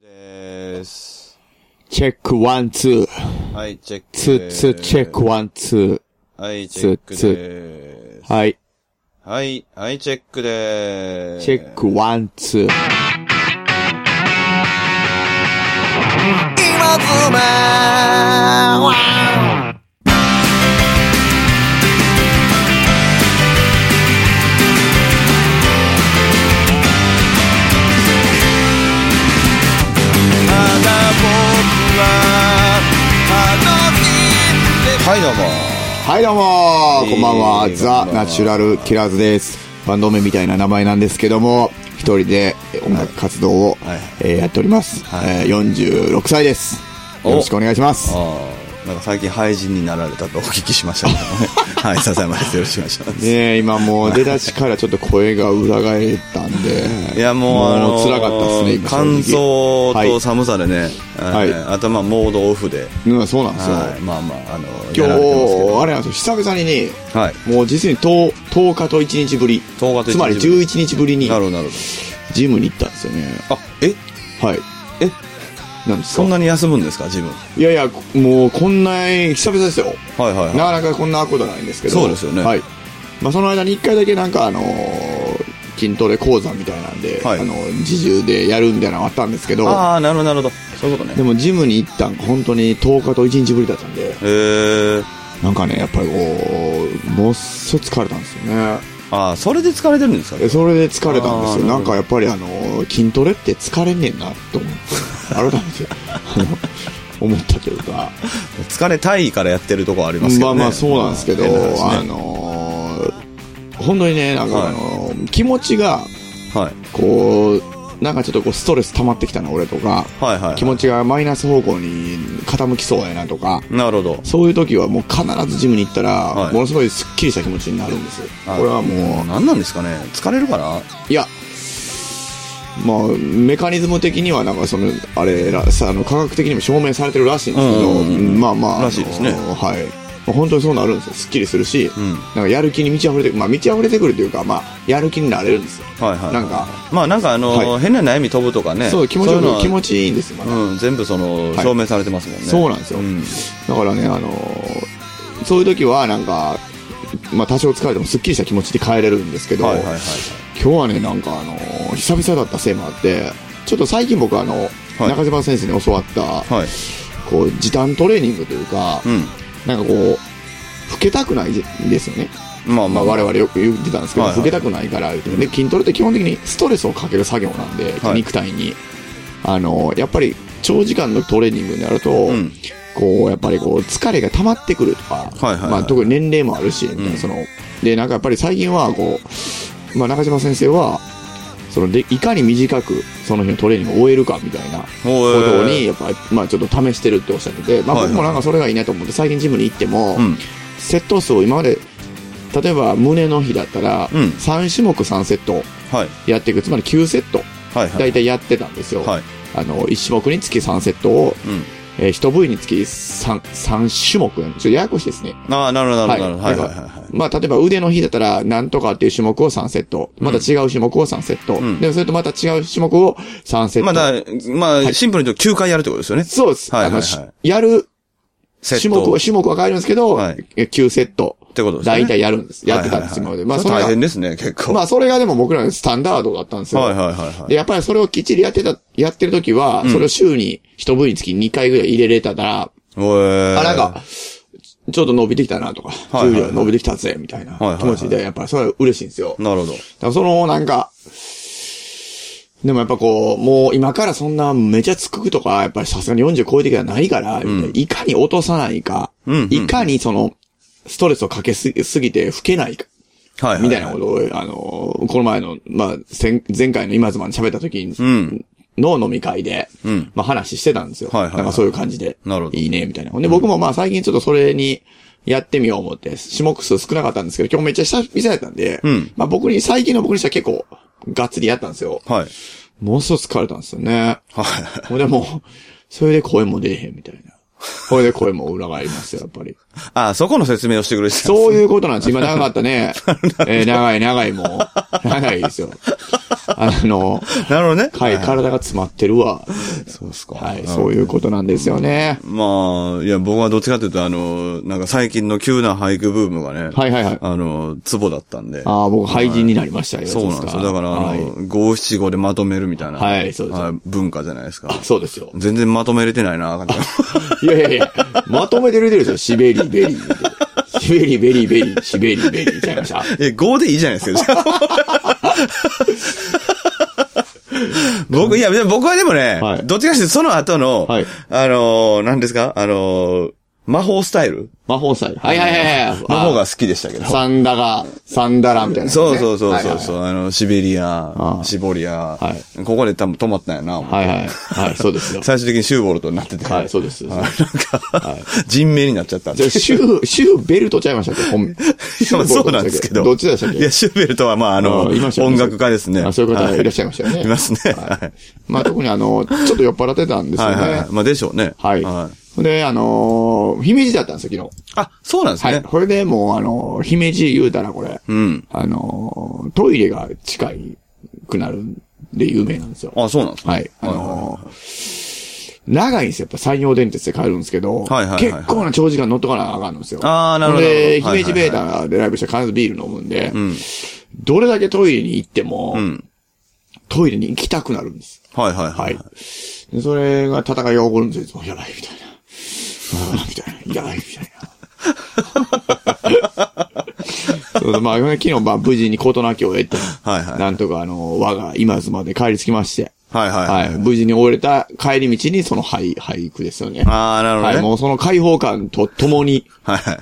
です。チェックワンツー。はい、チェック。ツーツーチェックワンツー。はい、チェックでーす。はい。はい、はい、チェックでーす。チェックワンツー。今妻ははいどうもはいどうも、こんばんは、えー、ザ・ナチュラル・キラーズですバンド名みたいな名前なんですけども一人で音楽活動を、はい、えー、やっております、はい、えー、46歳ですよろしくお願いしますなんか最近廃人になられたとお聞きしました けどねはい笹山ですよろしくお願いしますね今もう出だしからちょっと声が裏返ったんで いやもうあのつらかったですね今乾燥と寒さでね、はい、頭モードオフで、、うん、そうなんですよ、はいまあまああの今日あれなんですよ久々にね、はい、もう実に 10, 10日と1日ぶり1日ぶりつまり11日ぶりになるほどなるほどジムに行ったんですよねあえはいえなんそんなに休むんですか自分いやいやもうこんな久々ですよ、はいはい、はい、なかなかこんなことないんですけどそうですよね、はいまあ、その間に1回だけなんかあのー、筋トレ講座みたいなんで、はい、あの自重でやるみたいなのがあったんですけどああなるほどなるほどそういうことねでもジムに行ったん本当に10日と1日ぶりだったんでへえなんかねやっぱりこうもっそ疲れたんですよねああそれで疲れてるんですかそれで疲れたんですよなんかやっぱりあの筋トレって疲れねえなと思って改 めて思ったというか疲れたいからやってるとこありますけど、ね、まあまあそうなんですけど、まあ、ね、あのー、本当にねなんかあのーはい、気持ちがこう、はい、なんかちょっとこうストレス溜まってきたな俺とか、はいはいはい、気持ちがマイナス方向に傾きそうやなとかなるほどそういう時はもう必ずジムに行ったら、はい、ものすごいすっきりした気持ちになるんですこれはもう何なんですかね疲れるかないやまあ、メカニズム的にはなんかそのあれさあの科学的にも証明されてるらしいんですけど、うんうんうん、まあまあらしいですね、はい、まあ、本当にそうなるんですよすっきりするし、うん、なんかやる気に満ち溢れてまあ満ち溢れてくるというか、まあ、やる気になれるんですよ、はいはい、なんかまあなんかあの、はい、変な悩み飛ぶとかねそう気持ちよ気持ちいいんですよ、うん、全部その、はい、証明されてますもんね、そうなんですよ、うん、だからねあのそういう時はなんかまあ、多少疲れてもすっきりした気持ちで帰れるんですけど、はいはいはいはい、今日はねなんかあのー、久々だったせいもあってちょっと最近僕あの、はい、中島先生に教わった、はい、こう時短トレーニングというか、うん、なんかこう老けたくないですよね。まあまあ、まあ、我々よく言ってたんですけど、はいはい、老けたくないから言うて、で筋トレって基本的にストレスをかける作業なんで、肉体に、あのー、やっぱり長時間のトレーニングになると、うんこう、やっぱりこう、疲れが溜まってくるとか、はいはいはい、まあ特に年齢もあるし、うん、その、で、なんかやっぱり最近は、こう、まあ中島先生は、そので、いかに短くその日のトレーニングを終えるかみたいなことに、やっぱり、まあちょっと試してるっておっしゃってて、まあ僕もなんかそれがいいなと思って、最近ジムに行っても、うん、セット数を今まで、例えば胸の日だったら、3種目3セットやっていく、うんはい、つまり9セット、はいはい、大体やってたんですよ。はい、あの、1種目につき3セットを、えー、一部位につき 3, 3種目ちょっとややこしいですね。。ああ、なるほど、なるほど。はい、はい、はいはいまあ、例えば腕の日だったら、なんとかっていう種目を3セット。また違う種目を3セット。うん、でも、それとまた違う種目を3セット。まだ、まあ、はい、シンプルに9回やるってことですよね。そうです。はい、はい、やる、種目を、種目は変えるんですけど、はい、9セット。ってことですね。大体やるんです。やってたんです、今まで。まあ、それ大変ですね、結構。まあ、それがでも僕らのスタンダードだったんですよ。はいはいはい、はい。で、やっぱりそれをきっちりやってた、やってる時は、うん、それを週に一部につき2回ぐらい入れれたら、うん、あ、なんか、ちょっと伸びてきたなとか、重、は、量、いはい、伸びてきたぜ、みたいな気持ちで、やっぱりそれは嬉しいんですよ。なるほど。だからその、なんか、でもやっぱこう、もう今からそんなめちゃつくとか、やっぱりさすがに40超えてからないから、うん、いかに落とさないか、うんうんうん、いかにその、ストレスをかけすぎて吹けないか。はい、はい、みたいなことを、あの、この前の、まあ、前回の今妻に喋った時に、うん、の飲み会で、うん、まあ話してたんですよ。はいはい、はい、なんかそういう感じで。なるほど。いいね、みたいな。で、僕もまあ最近ちょっとそれにやってみよう思って、種目数少なかったんですけど、今日めっちゃ久々やったんで、うん、まあ僕に、最近の僕にしては結構、がっつりやったんですよ。はい。ものすごく疲れたんですよね。はい。もうでも、それで声も出えへんみたいな。これで声も裏返りますよ、やっぱり。ああ、そこの説明をしてくれてた、ね、 そういうことなんです。今長かったね。えー、長い長いもう。長いですよ。あの、なるほどね。はい、体が詰まってるわ。そうですか。はい、んそういうことなんですよね。まあ、いや、僕はどっちかというと、あの、なんか最近の急な俳句ブームがね、はいはいはい。あの、ツボだったんで。ああ、僕、廃人になりましたよ。そうなんですよ。だから、あはいの、五七五でまとめるみたいな、はいそうですい文化じゃないですか。そうですよ。全然まとめれてないな、感じいやいやいや、まとめて出てるでしょ。シベリベリー。シベリベリベリー、シベリベリーちゃいました。え、5でいいじゃないで すか、じゃあ僕、いや、でも僕はでもね、はいどっちかしてその後の、はいあのー、何ですかあのー、魔法スタイル魔法祭。はいはいはいはい。の方が好きでしたけど。サンダが、サンダラみたいな、そうそうそうそそうそう、あの、シベリアあ、シボリア、はここで多分止まったんやな、う。はいはい。はい、そうですよ。最終的にシューボルトになってて、はい、そうです。なんか、人名になっちゃったんじゃであ、シ ュー、シューベルトちゃいましたっけ本名。いやまあそうなんですけど。どっちでしたっけいや、シューベルトは、まあ、あの、あいましたよね音楽家ですね。あそういう方はがいらっしゃいましたよねいますね。ははいまあ、特にあの、ちょっと酔っ払ってたんですよいね。はいはい。まあ、でしょうね。はい。で、あのー姫路だったんですよ、昨あ、そうなんです日。はねい。。これでもう、あのー姫路言うたらこれ、うん。あのートイレが近いくなるんで有名なんですよ。あ、そうなんですね。はい。あのー長いんですよ。やっぱ山陽電鉄で帰るんですけど、はいはいはいはい結構な長時間乗っとかなあかんのですよ。あーなるほどで、はいはいはい姫路ベータでライブして必ずビール飲むんで、うん。どれだけトイレに行っても、うん。トイレに行きたくなるんです。はいはいははいい。。で、それが戦いが起こるんですよ。いつもやばい、みたいな。あーみたいな。やばい、みたいな。そうまあ、昨日、まあ、無事に事なきを得て、はいはいなんとか、あの、我が今津まで帰り着きまして、はいはいはい。無事に終えた帰り道に、その俳俳句ですよね。ああ、なるほどね。はい。もうその解放感とともに、はいは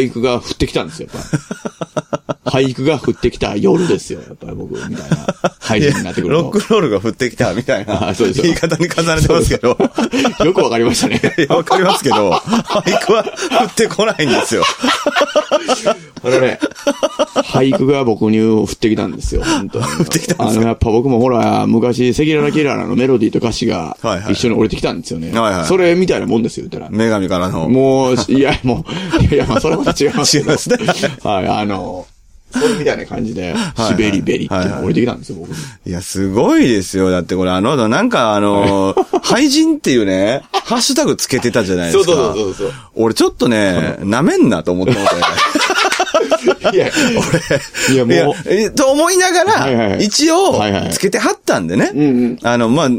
い。俳句が降ってきたんですよ、やっ ぱり。俳句が降ってきた夜ですよ、やっぱり僕、みたいな俳人になってくるロッとク。ロールが降ってきたみたい なあそうです言い方に重ねてますけど。よくわかりました ね。いやわかりますけど、俳句は降ってこないんですよ。これね、俳句が僕に降ってきたんですよ、本当に。降ってきたあの、やっぱ僕もほら、昔、セキララキララのメロディーと歌詞がはいはい一緒に降りてきたんですよね。はいはいそれみたいなもんですよ、言ったら。女神からの。もう、いや、もう、いやいや、まあ、それはまた違います け違いどま。すね。 はい、あの、それみたいな感じで、いシベリベリっていうのが降りてきたんですよ、僕。いや、すごいですよ。だってこれ、あの後、なんか、あの、廃人っていうね、ハッシュタグつけてたじゃないですか。そうそうそうそう俺、ちょっとね、舐めんなと思ってましたね。いや、い俺、いやや、もう、、えと思いながはいはいら、はい一応はいは、いつけてはったんでねんうん。あの、まあ、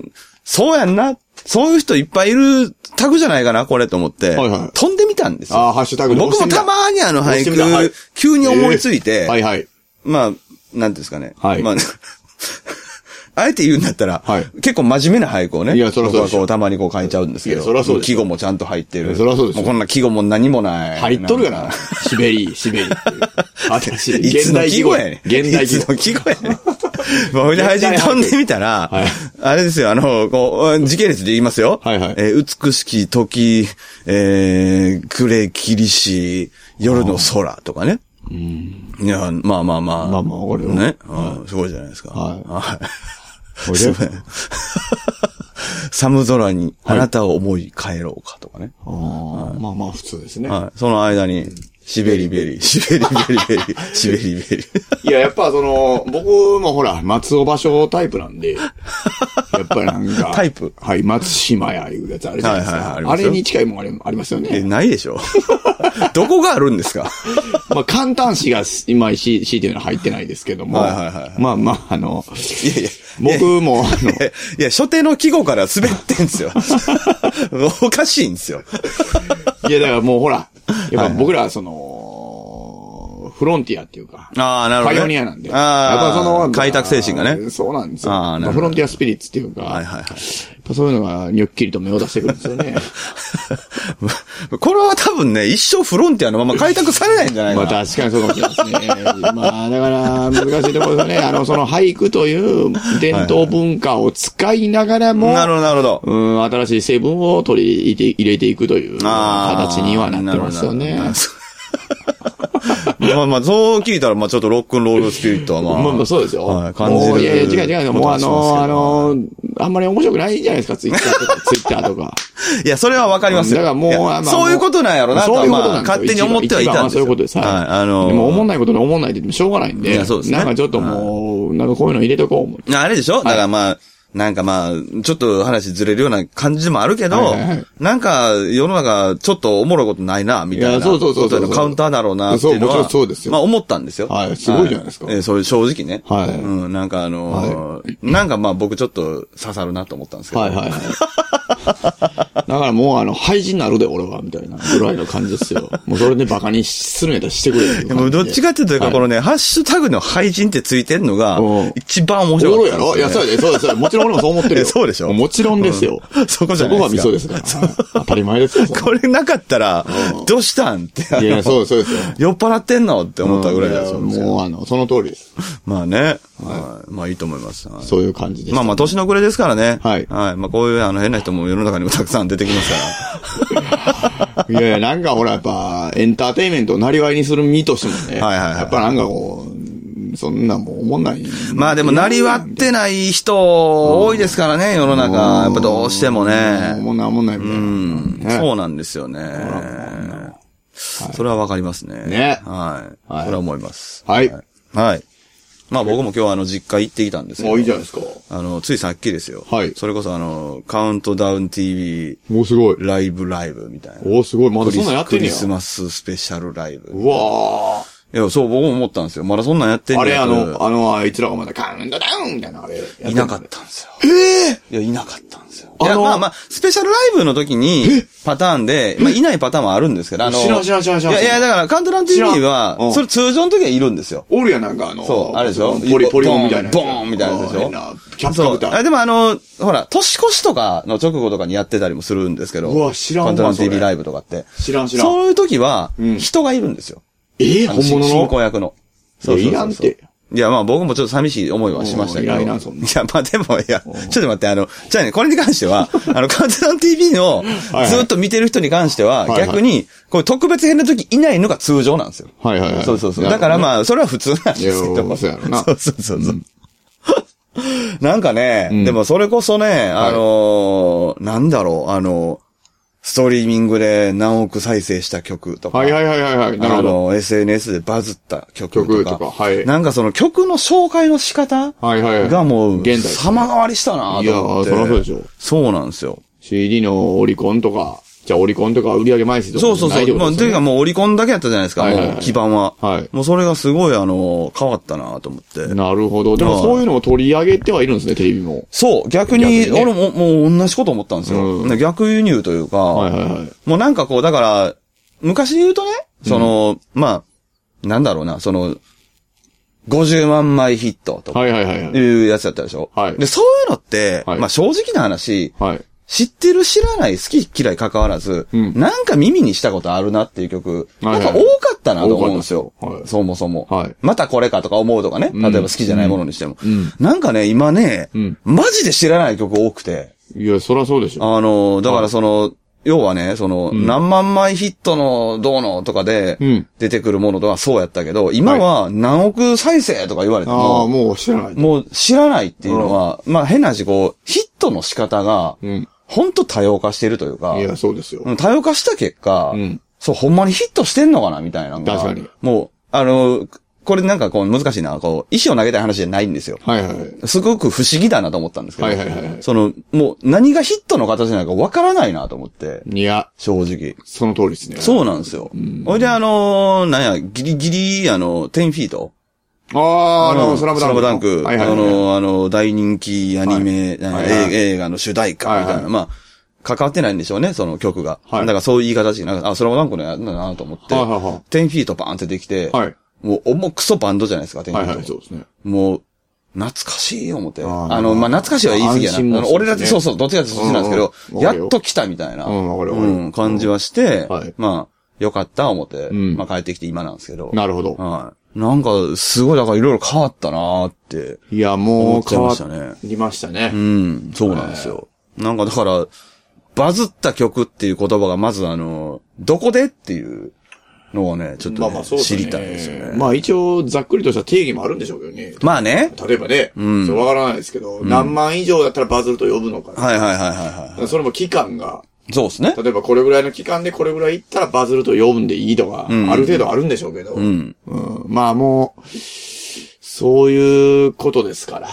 そうやんな。そういう人いっぱいいるタグじゃないかな、これと思ってはいはい、飛んでみたんですあーよ。ハッシュタグどう僕してもみたたまにあのどう俳してみたはい句、急に思いついて、はいはい。まあ、なんていうんですかね。はいまあ、 あえて言うんだったら、はい結構真面目な俳句をね。いやそらそうでしょ僕はこうたまにこう書いちゃうんですけど。いやそらそうでし季ょ語もちゃんと入ってる。そらそうでしょもうこんな季語も何もない。入っとるがんなか。シベリー、シベリー っていう。私、いつ現の代季記語号やねん。現代い記つ号の。季語やねん。 まあ、ほいで配信飛んでみたら、はいあれですよ、あの、こう、時系列で言いますよ。はいはいえー美しき時、えー、暮れ霧し、夜の空とかね。いや、まあまあまあ。まあまあわかるよね。うんすごいじゃないですか。はいはい。これすでごい 寒空にあなたを思い帰ろうかとかね。あーまあまあ、普通ですね。はい。その間に、シベリベリ、シベリベリベリ、シベリベリ。いや、やっぱその、僕もほら、松尾芭蕉タイプなんで、やっぱりなんか、 タイプはい、松島やいうやつあるじゃないですはいはいはいか。ありあますよれに近いもんありありますよえ、ね。ないでしょ どこがあるんですかまあ、簡単詞が今、C、C っていうのは入ってないですけども、はいはいはいまあまあ、あの、いやいや。僕も、あの、えいや、初手の季語から滑ってんすよ。 おかしいんですよ。いや、だからもうほら、やっぱ僕らはその、フロンティアっていうか、ああ、なるほパど、ね。イオニアなんで。ああ、やっぱその、開拓精神がね。そうなんですよ。ああなるほどまフロンティアスピリッツっていうか、はいはいはい。 やっぱそういうのがにょっきりと目を出してくるんですよね。これは多分ね、一生フロンティアのまま開拓されないんじゃないかまあな。確かにそうかもしれないですね。まあだから難しいところですよね。あの、その俳句という伝統文化を使いながらも、 なるほど、なるほど。うん、新しい成分を取り入れて入れていくというああ形にはなってますよね。なるほどなるほど まあまあ、そう聞いたら、まあちょっとロックンロールスピリットはまあ。まあまあそうですよ。はい、感じもうる。いやいや、違う違う。もうあの、あの、の、あんまり面白くないじゃないですか、ツイッターと か。ツイッターとか。いや、それはわかりますよ。だからもういやまあまあそういうことなんやろな、とそうはいうことまなんあ、ですよ勝手に思ってはいたんで一すよ。番はそういうことです。はい、あの、でも、思んないことに思んないって言ってもしょうがないんで。いやそうですねなんかちょっともう、そう、なんかこういうの入れとこう思って。あれでしょ、だからまあ、なんかまあ、ちょっと話ずれるような感じもあるけど、はいはいはいなんか世の中ちょっとおもろいことないな、みたいいな。やそうそうそうそうことへのカウンターだろうな、っていうのは。そうもちろんそうですよまあ思ったんですよ。はいすごいじゃないですかはえーそういう正直ね。はいうん、なんかあのーなんかまあ僕ちょっと刺さるなと思ったんですけど。はいはいはい。 だからもうあの、廃人になるで俺は、みたいなぐらいの感じですよ。もうそれでバカにするんやったらしてくれっていうで感じもでどっちかっていうと、はいこのね、ハッシュタグの廃人ってついてんのがうん、一番面おも白ろいいやろいや、そうやで、そうですそうや。もちろん俺もそう思ってるえよ。そうでしょもちろんですよ。うん そこじゃないですかそこが味噌ですから。はい当たり前ですよ。そんなこれなかったら、どうしたんって、あのいやいや、そうですそうですよ。酔っ払ってんのって思ったぐらいだと思うんですよ。もうあの、その通りです。まあね。はいまあいいと思います。はいそういう感じです。まあまあ、年の暮れですからね。はいはい。まあ、こういう、あの、変な人も世の中にもたくさん出てきますかいやいや、なんかほら、やっぱ、エンターテインメントをなりわいにする身としてもね。はいはいはいやっぱなんかこう、そんなもう思んない。 ら。まあ、でも、なりわってない人、多いですからね、世の中。やっぱどうしてもね。もうなんもないみたいな。うん。ねそうなんですよね。それはわかりますね。ねはい。はいそれは思います。はい。はい。まあ、僕も今日、あの、実家行ってきたんですけもどういいじゃないですか。あの、ついさっきですよ。はいそれこそ、あの、カウントダウン TV、おすごい。ライブライブみたいな。おすごい。まだクそリんなんやスってクんねや。リスマススペシャルライブ。うわいや、そう、僕も思ったんですよ。まだそんなんやってんー。あれ、ねやあとの、あの、あいつらがまだカウントダウンみたいな、あれ。やってんのいなかったんですよ。ええいや、いなかったんですよ。いあのや、まあまあ、スペシャルライブの時に、パターンで、まあ、いないパターンもあるんですけど、あの、知らん知らん知らん知らんいや、いや、だから、カウントダウン TV は知らんう、んそれ通常の時はいるんですよ。おるやんなんかあの、そう、あれでしょポリ、ポリオンみたいなやつ。ボーンみたいなやつであしーょええなキャップかぶっそうあた。でもあの、ほら、年越しとかの直後とかにやってたりもするんですけど、うわ知らんわカウントダウンそれ TV ライブとかって。知らん知らんそういう時は、ん人がいるんですよ。ええあの本物進行の役の。いやいらんて。いや、まあ僕もちょっと寂しい思いはしましたけど。おういらんいらんそんないや、まあでも、いや、ちょっと待って、あの、じゃあね、これに関して は、あの、カウントダウン TV のはいずっと見てる人に関しては、はいはい逆に、こういう特別編の時いないのが通常なんですよ。はいはいはいそうそうそう。なるだほどねからまあ、それは普通なんですけいど。やそうやろなそうそうそうそう。 なんかね、んでもそれこそね、あのーなんだろう、あの、ストリーミングで何億再生した曲とか。はいはいはいはいはい。なるあほど。の、SNS でバズった曲とか。曲とかはいなんかその曲の紹介の仕方はいはいはい。がもう、現代ですね様変わりしたなと思って。いやーそらそうでしょ。そうなんですよ。 CD のオリコンとか、じゃあオリコンとか売り上げ枚数とかそうそうないそってう。こまとあ、ですというよかねもうオリコンだけやったじゃないですか、はいはいはいもう基盤は。はいもうそれがすごいあの、変わったなと思って。なるほど。ではもいそういうのも取り上げてはいるんですね、テレビも。そう、逆に、逆にね俺も、もう同じこと思ったんですよ。う逆輸入というか、はいはいはい。もうなんかこう、だから、昔で言うとね、その、まあ、なんだろうな、その、50万枚ヒットとか、はいはいはいはい。いうやつだったでしょはいで、そういうのって、はいまあ正直な話、はい。知ってる知らない好き嫌い関わらず、うんなんか耳にしたことあるなっていう曲、はいはいなんか多かったなと思うんですよ。多かったですはいそもそも、はいまたこれかとか思うとかね。ん例えば好きじゃないものにしても。んなんかね、今ね、うんマジで知らない曲多くて。いや、そらそうでしょ。あの、だからその、要はね、その、何万枚ヒットのどうのとかでうん、出てくるものとはそうやったけど、今は何億再生とか言われても、ああ、もう知らない。もう知らないっていうのは、まあ変な話、こう、ヒットの仕方が、うん。ほんと多様化してるというかい、や、そうですよ。うん多様化した結果、うんそう、ほんまにヒットしてんのかなみたいなのが。確かにもう、あの、これなんかこう難しいな、こう、石を投げたい話じゃないんですよ。はいはいはい。すごく不思議だなと思ったんですけど、はいはいはいはいその、もう何がヒットの形なのかわからないなと思って、いや、正直。その通りですね。う。そうなんですよ。ほいで、あのーなんや、ギリギリ、あの、10フィートああ、あの、スラムダンク。クはいはいあはい。の、あの、大人気アニメ、はいなんやはいはい映映画の主題歌みたいな。はいはいまあ、関わってないんでしょうね、その曲が。はいだからそういう言い方しなんか、あ、スラムダンクのやつだなと思って、はいはいはい10フィートバーンってできて、はいもう、重くそバンドじゃないですか、10フィート。はいはい、そうですね。もう、懐かしい思って。ああーの、まあ、懐かしいは言い過ぎや安心もな。あのそう俺ですねらってそうそう、どっちかってそっちなんですけど、うんうんやっと来たみたいな、うんわかるわかるうん感じはして、はいまあ、よかった思って、んまあ、帰ってきて今なんですけど。なるほど。はい。なんか、すごい、だからいろいろ変わったなーって。いや、もう変わりましたうね。ん、そうなんですよ。なんかだから、バズった曲っていう言葉がまずあの、どこでっていうのをね、ちょっとね、知りたいですよね。まあ一応、ざっくりとした定義もあるんでしょうけどね。まあね。例えばね、そうわからないですけど、何万以上だったらバズると呼ぶのかな。はいはいはいはいはそれも期間が、い。そうですね。例えばこれぐらいの期間でこれぐらい行ったらバズると呼ぶんでいいとか、ある程度あるんでしょうけど、うんまあもう、そういうことですから。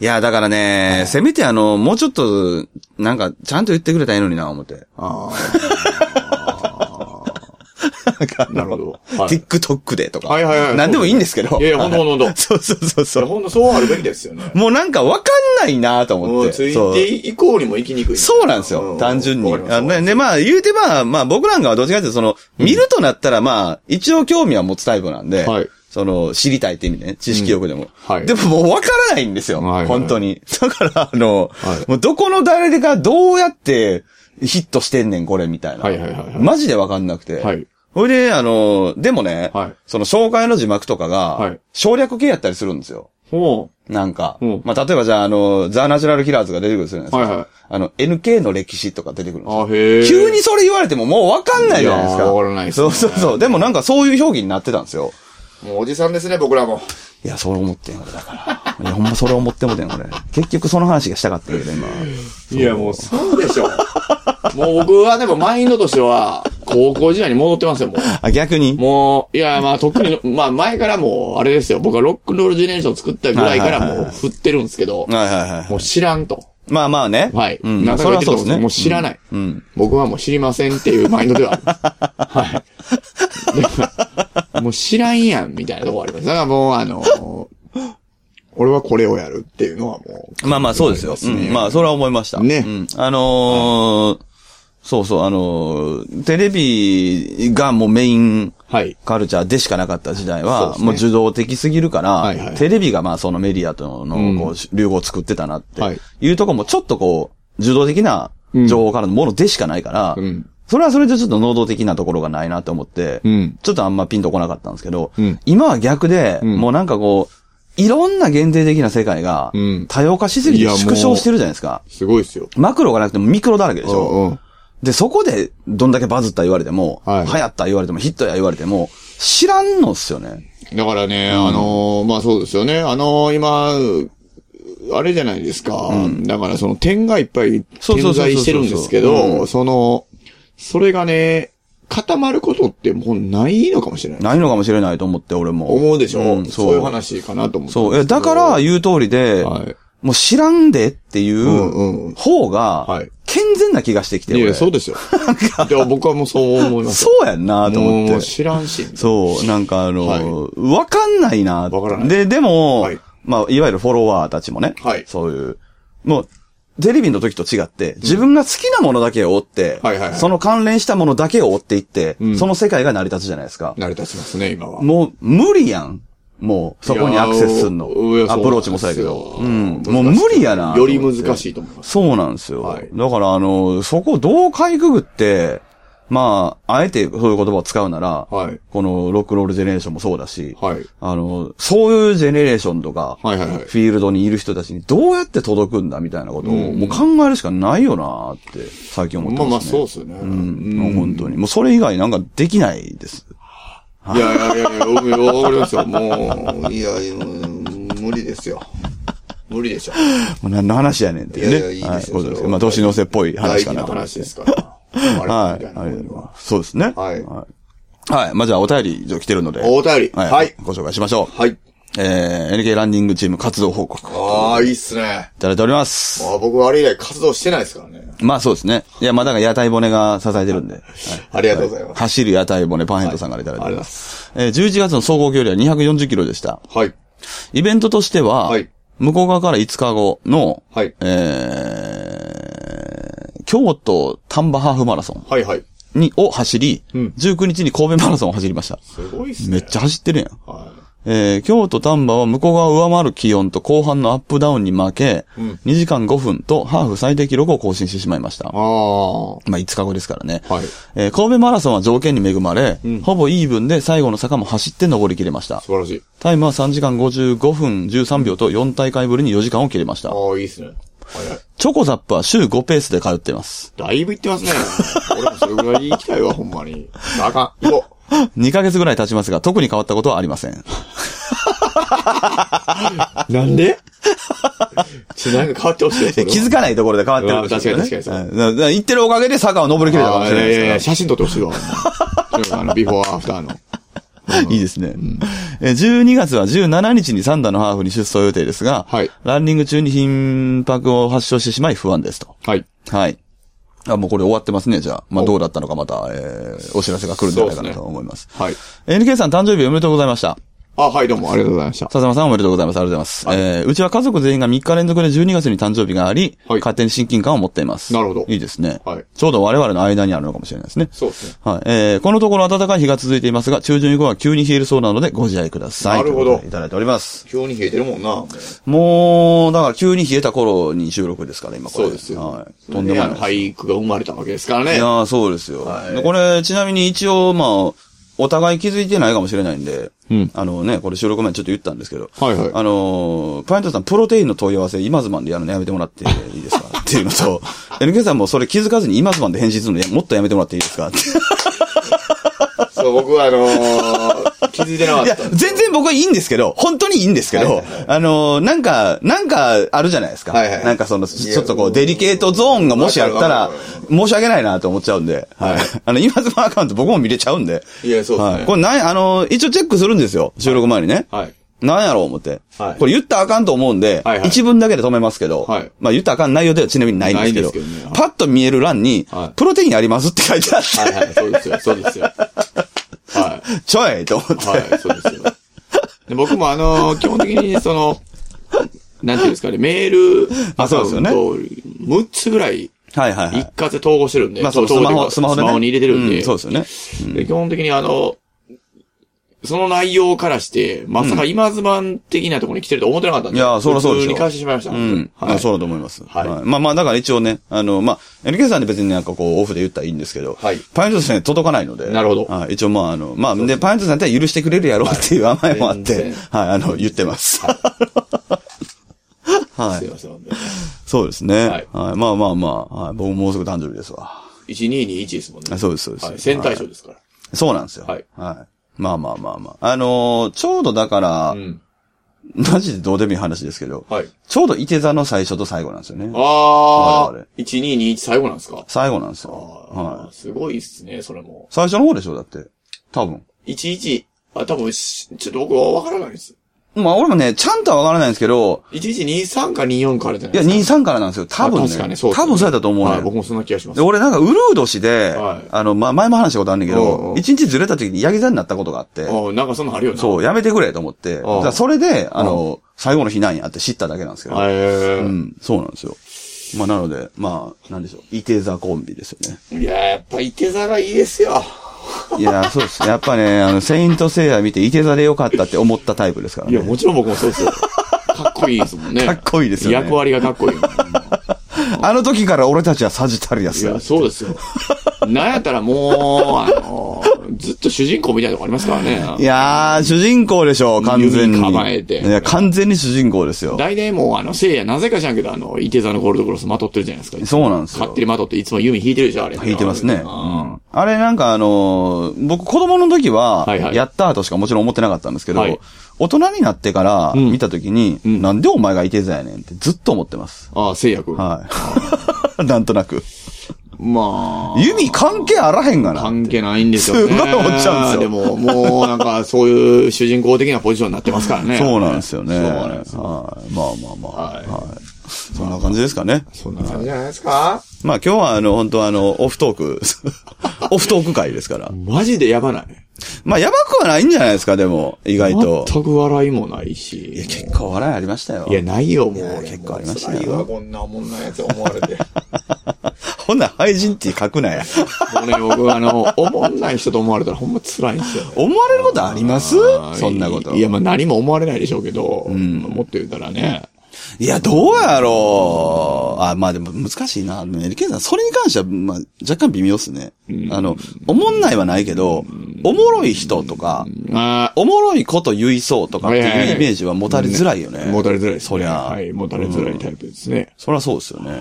いや、だからね、せめてあの、もうちょっと、なんか、ちゃんと言ってくれたらいいのにな、思って。あああ、 なるほど。はい TikTok でとか。はいはいはい何でもいいんですけ ど。いやいや、ほんとはほんとほんと。 そうそうそうそいやう。ほんとそうあるべきですよ ね。もうなんかわかんないなとも思っうて。ついそうて以降にも行きにくい。そうなんですうよ。ん単純に。わかりますあのねで、まあ、言うてまあ、まあ僕なんかはどっちかっていうと、その、見るとなったらまあ、一応興味は持つタイプなんで、はいその、知りたいって意味ね。知識欲でも。はいでももうわからないんですよ。はいはいはい本当に。だから、あの、はいもうどこの誰がどうやってヒットしてんねん、これ、みたいな。はいはいはいはいマジでわかんなくて。はい。ほいで、あの、でもね、はいその紹介の字幕とかが、はい省略系やったりするんですよ。ほなんか。うんまあ、例えばじゃあ、あの、ザ・ナチュラル・キラーズが出てくるとするじゃないですか。はいはいあの、NK の歴史とか出てくるんですよ。あ、へえ。急にそれ言われてももうわかんないじゃないですいやか。ーわからないですそねうそうそう。でもなんかそういう表記になってたんですよ。もうおじさんですね、僕らも。いや、それ思ってん、俺だから。いや、ほんまそれ思ってもてん、俺。結局その話がしたかったけど、今。いや、もうそうでしょ。 もう僕はでもマインドとしては、高校時代に戻ってますよ、もう。あ、逆にもう、いや、まあ、特 に、まあ、前からもう、あれですよ。僕はロックンロールジェネレーション作ったぐらいからはいはいはいもうはい振ってるんですけど、はいはいはい。もう知らんと。まあまあね。はい。うん。何回そもれ言ってはるそうとで思すうんですけどね。もう知らない。うん。僕はもう知りませんっていうマインドではあ る。はい。もう知らんやん、みたいなとこあります。だからもう、あの、俺はこれをやるっていうのはもう。まあまあそうですよ。すねうんまあそれは思いました。ねうんあのーそうそう、あのーテレビがもうメインはい。カルチャーでしかなかった時代そうでは、すねもう受動的すぎるから、はいはいテレビがまあそのメディアとのこう、流行を作ってたなってはいいうとこもちょっとこう、受動的な情報からのものでしかないから、うんそれはそれでちょっと能動的なところがないなと思って、うんちょっとあんまピンとこなかったんですけど、うん今は逆で、んもうなんかこう、いろんな限定的な世界がうん、多様化しすぎいてやもう縮小してるじゃないですか。すごいですよ。マクロがなくてもミクロだらけでしょ。うん。で、そこで、どんだけバズった言われても、はい流行った言われても、ヒットや言われても、知らんのっすよね。だからね、あのー、まあそうですよね。あのー、今、あれじゃないですか。だからその点がいっぱいそう点そうそうそう在してるんですけうど、その、それがね、固まることってもうないのかもしれない。ないのかもしれないと思って、俺も。思うでしょ、んそういう。話かなと思って。そう。え、だから、言う通りで、はいもう知らんでっていんうんううん方がはい、健全な気がしてきて、い俺や、そうですよ。いや、僕はもうそう思いますよ。そうやんなと思もっうて。知らんし。そう、なんかあの、はいわかんないなわからないで、でも、はいまあ、いわゆるフォロワーたちもね、はいそういう、もう、テレビの時と違って、自分が好きなものだけを追って、はいはいはいその関連したものだけを追っていって、んその世界が成り立つじゃないですか。成り立ちますね、今は。もう、無理やん。もう、そこにアクセスするのいや。ーアプローチもそうやけど。そううなんんで。すよもう無理やな。より難しいと思います。そうなんですよ。はいだから、あの、そこをどうかいくぐって、まあ、あえてそういう言葉を使うなら、はいこのロックロールジェネレーションもそうだし、はいあの、そういうジェネレーションとか、はいはいはいフィールドにいる人たちにどうやって届くんだみたいなことを、もう考えるしかないよなって、最近思ってままあすね。まあ、そうですよね。うん。もう本当に。もうそれ以外なんかできないです。いやいやいやいや、僕わかりますよ。もう、いや、うん無理ですよ。無理でしょ。もう何の話やねんっていういね。やいやいいですよはそれはことですけどまあ、年の瀬っぽい大話事かななと思いま話す。ですから。はい。我々みたいなはものにいそうですね。はいはい。はい。まあ、じゃあ、お便り以上来てるので。お便りはい。はいご紹介しましょう。はい。えー、NK ランニングチーム活動報告。いああ、いいっすね。ただいております。あー僕はあれ以来活動してないですからね。まあそうですね。いや、まあだから屋台骨が支えてるんで。はいありがとうございます。走る屋台骨パンヘッドさんからいただいております。えー、11月の総合距離は240キロでした。はい。イベントとしては、はい向こう側から5日後の、はいえー、京都丹波ハーフマラソンはいはい。に、を走り、ん19日に神戸マラソンを走りました。すごいっすね。めっちゃ走ってるやん。はえー京都丹波は向こう側を上回る気温と後半のアップダウンに負け、うん2時間5分とハーフ最低記録を更新してしまいましたい。あ。あ。はまあ5日後ですからい。ね。えー神戸マラソンは条件に恵まれ、ほぼイーブンで最後の坂も走って登り切れました。素晴らしい。タイムは3時間55分13秒と4大会ぶりに4時間を切りました。ああ、いいっすね。はいはい。チョコザップは週5ペースで通っています。だいぶ行ってますね。俺もそれぐらい行きたいわ、ほんまに。あかん。行こう。 2ヶ月ぐらい経ちますが、特に変わったことはありま せん。なんで ちょ、なんか変わってほしいです。気づかないところで変わってるんですよね。うん確かに確かにうんだら行ってるおかげで坂を登り切れたかもしれないあーいやいやいで や、す写真撮ってほしいわ。ほんまあの、ビフォーアフターの。いいですね。えー12月は17日に3打のハーフに出走予定ですが、はいランニング中に頻拍を発症してしまい不安ですと。はい。はい。あ、もうこれ終わってますね、じゃあ。まあどうだったのかまた、えー、お知らせが来るんじゃないかなと思います。はい。 NK さん誕生日おめでとうございました。あ、はい、どうもありがとうございました。笹山さんおめでとうございます。ありがとうございます。えー、うちは家族全員が3日連続で12月に誕生日があり、はい勝手に親近感を持っています。なるほどいいですね。はいちょうど我々の間にあるのかもしれないですね。そうですね。はい。えー、このところ暖かい日が続いていますが、中旬以降は急に冷えるそうなのでご自愛ください。なるほどということでいただいております。急に冷えてるもんな。もう、だから急に冷えた頃に収録ですから、今これ。そうですよ。はい。とんでもないレアですな。俳句が生まれたわけですからいね。やはーそうですよ。はいでこれ、ちなみに一応、まあ、お互い気づいてないかもしれないんで、うんあのね、これ収録前にちょっと言ったんですけど、いはい。あのーパイントさん、プロテインの問い合わせ、今ズマンでやるのやめてもらっていいですかっていうのと、NK さんもそれ気づかずに今ズマンで返信するのやもっとやめてもらっていいですかって。そう、僕はあのー、気づいてなかっいや、た。全然僕はいいんですけど、本当にいいんですけど、あのーなんか、なんかあるじゃないですか。はいはいなんかその、いやちょっとこう、デリケートゾーンがもしあったわらかるわかるわ、申し訳ないなと思っちゃうんで、はい。 あの、今ズマンアカウント僕も見れちゃうんで、いや、そうはい。ですこね。れなん、あの、一応チェックするんですよ。収録前にね。はい。なんやろう思って。はいこれ言ったらあかんと思うんで、はいはい一文だけで止めますけど、はいまあ言ったらあかん内容ではちなみにないんですけど、ないんですけどねパッと見える欄に、はいプロテインありますって書いてあって、はいはい、そうですよ、そうですよ。はい。 ちょいと思って。はい、そうですよ。で僕もあのー基本的にその、なんていうんですかね、メールあアそカうウでンすトよをね6つぐらいはいはいは一い。括で統合してるんで、まあそう、ス統合マというホ、かスマホでスね。マホに入れてるんで、うそうですよね。で基本的にあの、その内容からして、まさか今ズバン的なところに来てると思ってなかったんで、いやそらそうでしょ普通に返してしまいました。うん。はあい。そうだと思います。はいまあまあ、だから一応ね、あの、まあ、NK さんで別になんかこう、オフで言ったらいいんですけど、はいパイントさんに届かないので、なるほどはい一応まあ、あの、まあ、で、パイントさんって許してくれるやろうっていう甘えもあっはいて全、然 はい、あの、言ってます。 はすいい。ません。そうですね。ははいい。まあまあまあ、はい、僕もうすぐ誕生日ですわ。 1221ですもんね。あそうですそうですはい。戦隊賞ですから。そうなんですよ。ははいい。まあまあまあまあ。あのーちょうどだから、うん。マジでどうでもいい話ですけど、はい。ちょうどいて座の最初と最後なんですよね。あ我々ー、1221最後なんですか最後なんですよ。あはーすごいっすね、それもい。。最初の方でしょだって。多分。 11、あ、多分し、ちょっと僕はわからないです。まあ俺もね、ちゃんとはわからないんですけど、 1123か24かあるじゃないいや、ですか。 23からなんですよ。多分あね。確かにそうですね多分そうやったと思うね。はい、僕もそんな気がしま。です俺なんか、うるう年で、はいあの、まあ、前も話したことあるんだけうんどう、ん一日ずれた時にヤギ座になったことがあっあて、なんかそんなのあるよな。そう、やめてくれと思って、だからそれで、あの、最後の日なんやって知っただけなんですけど、へーうん、そうなんですよ。まあ、なので、まあ、なんでしょう。イテザコンビですよね。いや、やっぱ池座がいいですよ。いや、そうです。やっぱね、あの、セイントセイヤ見て、イテザでよかったって思ったタイプですからいや、ね。もちろん僕もそうですよ。かっこいいですもんね。かっこいいですよね役割がかっこいいもん。あの時から俺たちはサジタリアいス。や、そうですよ。なんやったらもう、あのずっと主人公みたいなとこありますからいね。やー、主人公でしょ、完全に。指に構えていや、完全に主人公ですよ。大体もう、あの、聖夜、なぜか知らんけど、あの、池座のゴールドクロスまとってるじゃないですか。そうなんですよ勝。手にまとって、いつも弓引いてるでしょ、あれ。弾いてますね。うあんあれなんかあのー僕子供の時ははいは、いやったーとしかもちろん思ってなかったんですけど、はい大人になってからん見た時に、んなんでお前がいて座やねんってずっと思ってます。あ、聖夜君。はい。 なんとなく。まあ、弓関係あらへんがな。関係ないんですよね。すごい思っちゃうんですでよも、もう、なんか、そういう主人公的なポジションになってますからね。そうなんですよね。そうはないんですよ。まあまあまあ。はいはい。そんな感じですかね。そんな感じじゃないですかまあ今日はあの、本当あの、オフトーク、 オフトーク会ですから。マジでやばない。まあやばくはないんじゃないですか、でも、意外と。全く笑いもないし。いや、結構笑いありましたよ。いや、ないよ、もう。結構ありましたよよ。辛いわこんなおもんなやつ思われて。ほんなら廃人って書くな や。もうね、僕、あの、おもんない人と思われたらほんま辛いんですよ。思われることありますあーそんなこと。いや、まあ何も思われないでしょうけど、まあもっと言うたらね。いや、どうやろう。あ、まあでも難しいな。エリケンさん、それに関しては、まあ、若干微妙っすね。あの、おもんないはないけど、おもろい人とか、あおもろいこと言いそうとかってはいはいいはういイメージは持たれづらいよね。あ、もたれづらいですね。そりゃはい、もたれづらいタイプですね。そりゃそうですよね。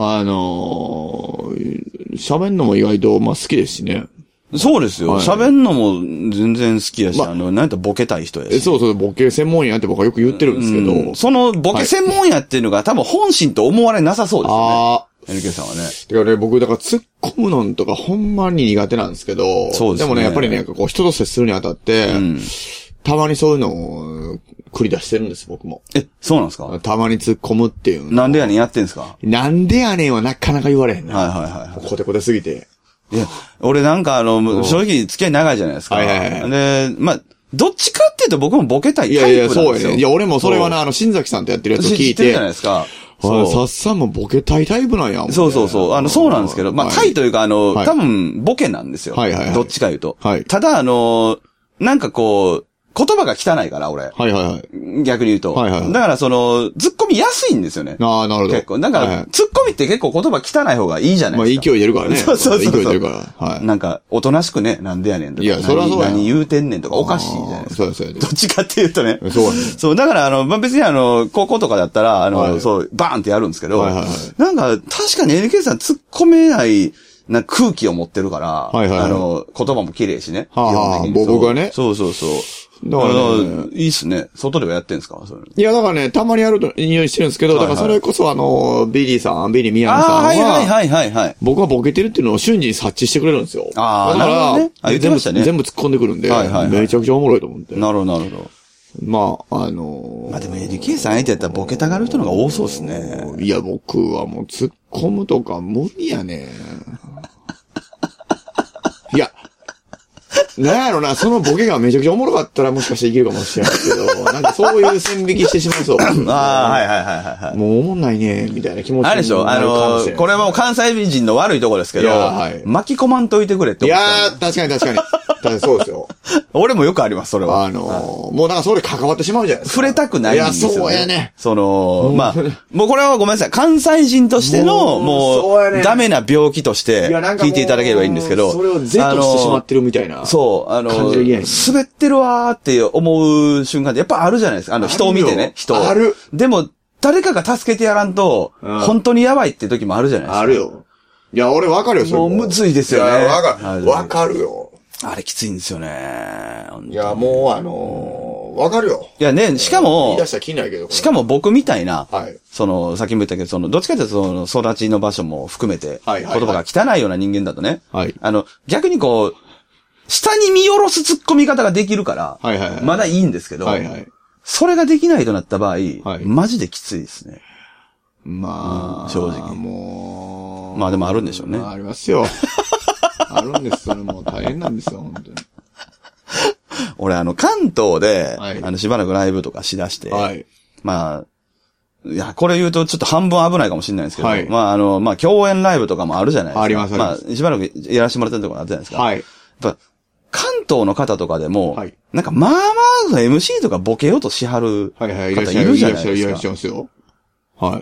あのー、喋んのも意外と、まあ好きですしね。そうですよ。はい喋、んのも全然好きやし、まああの、なんやったらボケたい人やえし。そうそう、ボケ専門やって僕はよく言ってるんですけど、そのボケ専門やっていうのが、多分本心と思われなさそうですよね。ああ、 NK さんはね。だからね、僕、だから突っ込むのとかほんまに苦手なんですけど、そうですねもね、やっぱりね、なんかこう人と接するにあたって、うん。たまにそういうのを繰り出してるんです、僕も。え、そうなんですかたまに突っ込むっていうの。なんでやねんやってんですかはなんでやねんはなかなか言われへんいな。はいはいはコテコテすぎて。い。いや、俺なんかあの、正直付き合い長いじゃないですか。はいはいはいで、まあ、どっちかっていうと僕もボケたいいタやイいプなんや、ですそよ。うやね。いや、俺もそれはな、あの、新崎さんとやってるやつを聞知いってるて、じゃないあですか。さっさんもボケたいタイプなんやもんね。そうそうそう。あの、そうなんですけど、まあ、はいタイというか、あの、はい多分、ボケなんですよ。はいはいはいどっちか言うと。はいただ、あの、なんかこう、言葉が汚いから、俺。はいはいはい。逆に言うと。はいはいはいだから、その、突っ込みやすいんですよね。ああ、なるほど。結構。なんか、はいはい突っ込みって結構言葉汚い方がいいじゃないまあ、で勢すいか。出るからね。 そうそうそうそ勢うい出るから。はい。なんか、おとなしくね、なんでやねんとか。いやそれはそうや何何言うてんねんとか、おかしいじゃないですか。そうやそうや どっちかっていうとね。そうやねそう、だから、あの、まあ、別にあの、高校とかだったら、あの、はいそう、バーンってやるんですけど、はいはいはいなんか、確かに NK さん突っ込めない、なんか空気を持ってるから、いはいはいあの、言葉も綺麗しね。はあはあ基本的にそう僕がねそうそうそう。だからねあのいいっすね。外ではやってんすかそれいや、だからね、たまにやると匂いしてるんですけど、はいはだいからそれこそあの、ビリーさん、ビリー宮野さんああ、は、はいはいはいはいはい。僕がボケてるっていうのを瞬時に察知してくれるんですよ。あーだかなるほどねあら、言って全ま部、したね全部突っ込んでくるんで、はいはいはいめちゃくちゃおもろいと思って。なるほどなるほど。まあ、あのーまあでも NK さん相手やったらボケたがる人の方が多そうですね。いや、僕はもう突っ込むとか無理やねん。 いや、なんやろな、そのボケがめちゃくちゃおもろかったらもしかしていけるかもしれないけど、なんかそういう線引きしてしまうそう。ああ、はいはいはいはいはい。もうおもんないね、みたいな気持ちになあるれでしょあのー、これはもう関西人の悪いところですけいど、やはい巻き込まんといてくれってい思やったんでー、確かに確かに。確かにそうですよ。俺もよくあります、それは。あのー、もうなんかそれ関わってしまうじゃないですか。触れたくないんですよ、ね。いや、そうやね。その、まあ、もうこれはごめんなさい。関西人としてもの、うもそうやう、ねダメな病気として、いや、なんかも聞う。いていただければいいんですけど。それを是としてしまってるみたいあな。のそう、あの、感じが嫌やね滑ってるわーって思う瞬間ってやっぱあるじゃないですか。あの、人を見てあるよね、人を。ある。でも、誰かが助けてやらんと、うん本当にやばいって時もあるじゃないですか。あるよ。いや、俺わかるよ、それもうむずいですよねいやわかはいる。わかるよ。あれきついんですよね。本当にいや、もうあのー、わかるよ。いやね、し言かいも出、したら気ないけど。しかも。も僕みたいな、はい。その、さっきも言ったけど、その、どっちかというと、その、育ちの場所も含めて、はいはいはい言葉が汚いような人間だとね、はいあの、逆にこう、下に見下ろす突っ込み方ができるから、はいはいはいまだいいんですけど、はいはい。それができないとなった場合、マジできついですね。まうんあ、正直もう。まあでもあるんでしょうねまあありますよ。 あるんです、それもう大変なんですよ、本当に。俺、あの、関東で、はいあの、しばらくライブとかしだして、はい。まあ、いや、これ言うとちょっと半分危ないかもしれないんですけど、はいまあ、あの、まあ、共演ライブとかもあるじゃないですか。ありますありますあ、しばらくやらせてもらってるとこあったじゃないですか。はい。やっぱ関東の方とかでも、はいなんかまあまあ MC とかボケようとしはる方はいいはい。いらっしゃるる、いじゃらっないしゃる、いらでっしすゃか。いますよ。は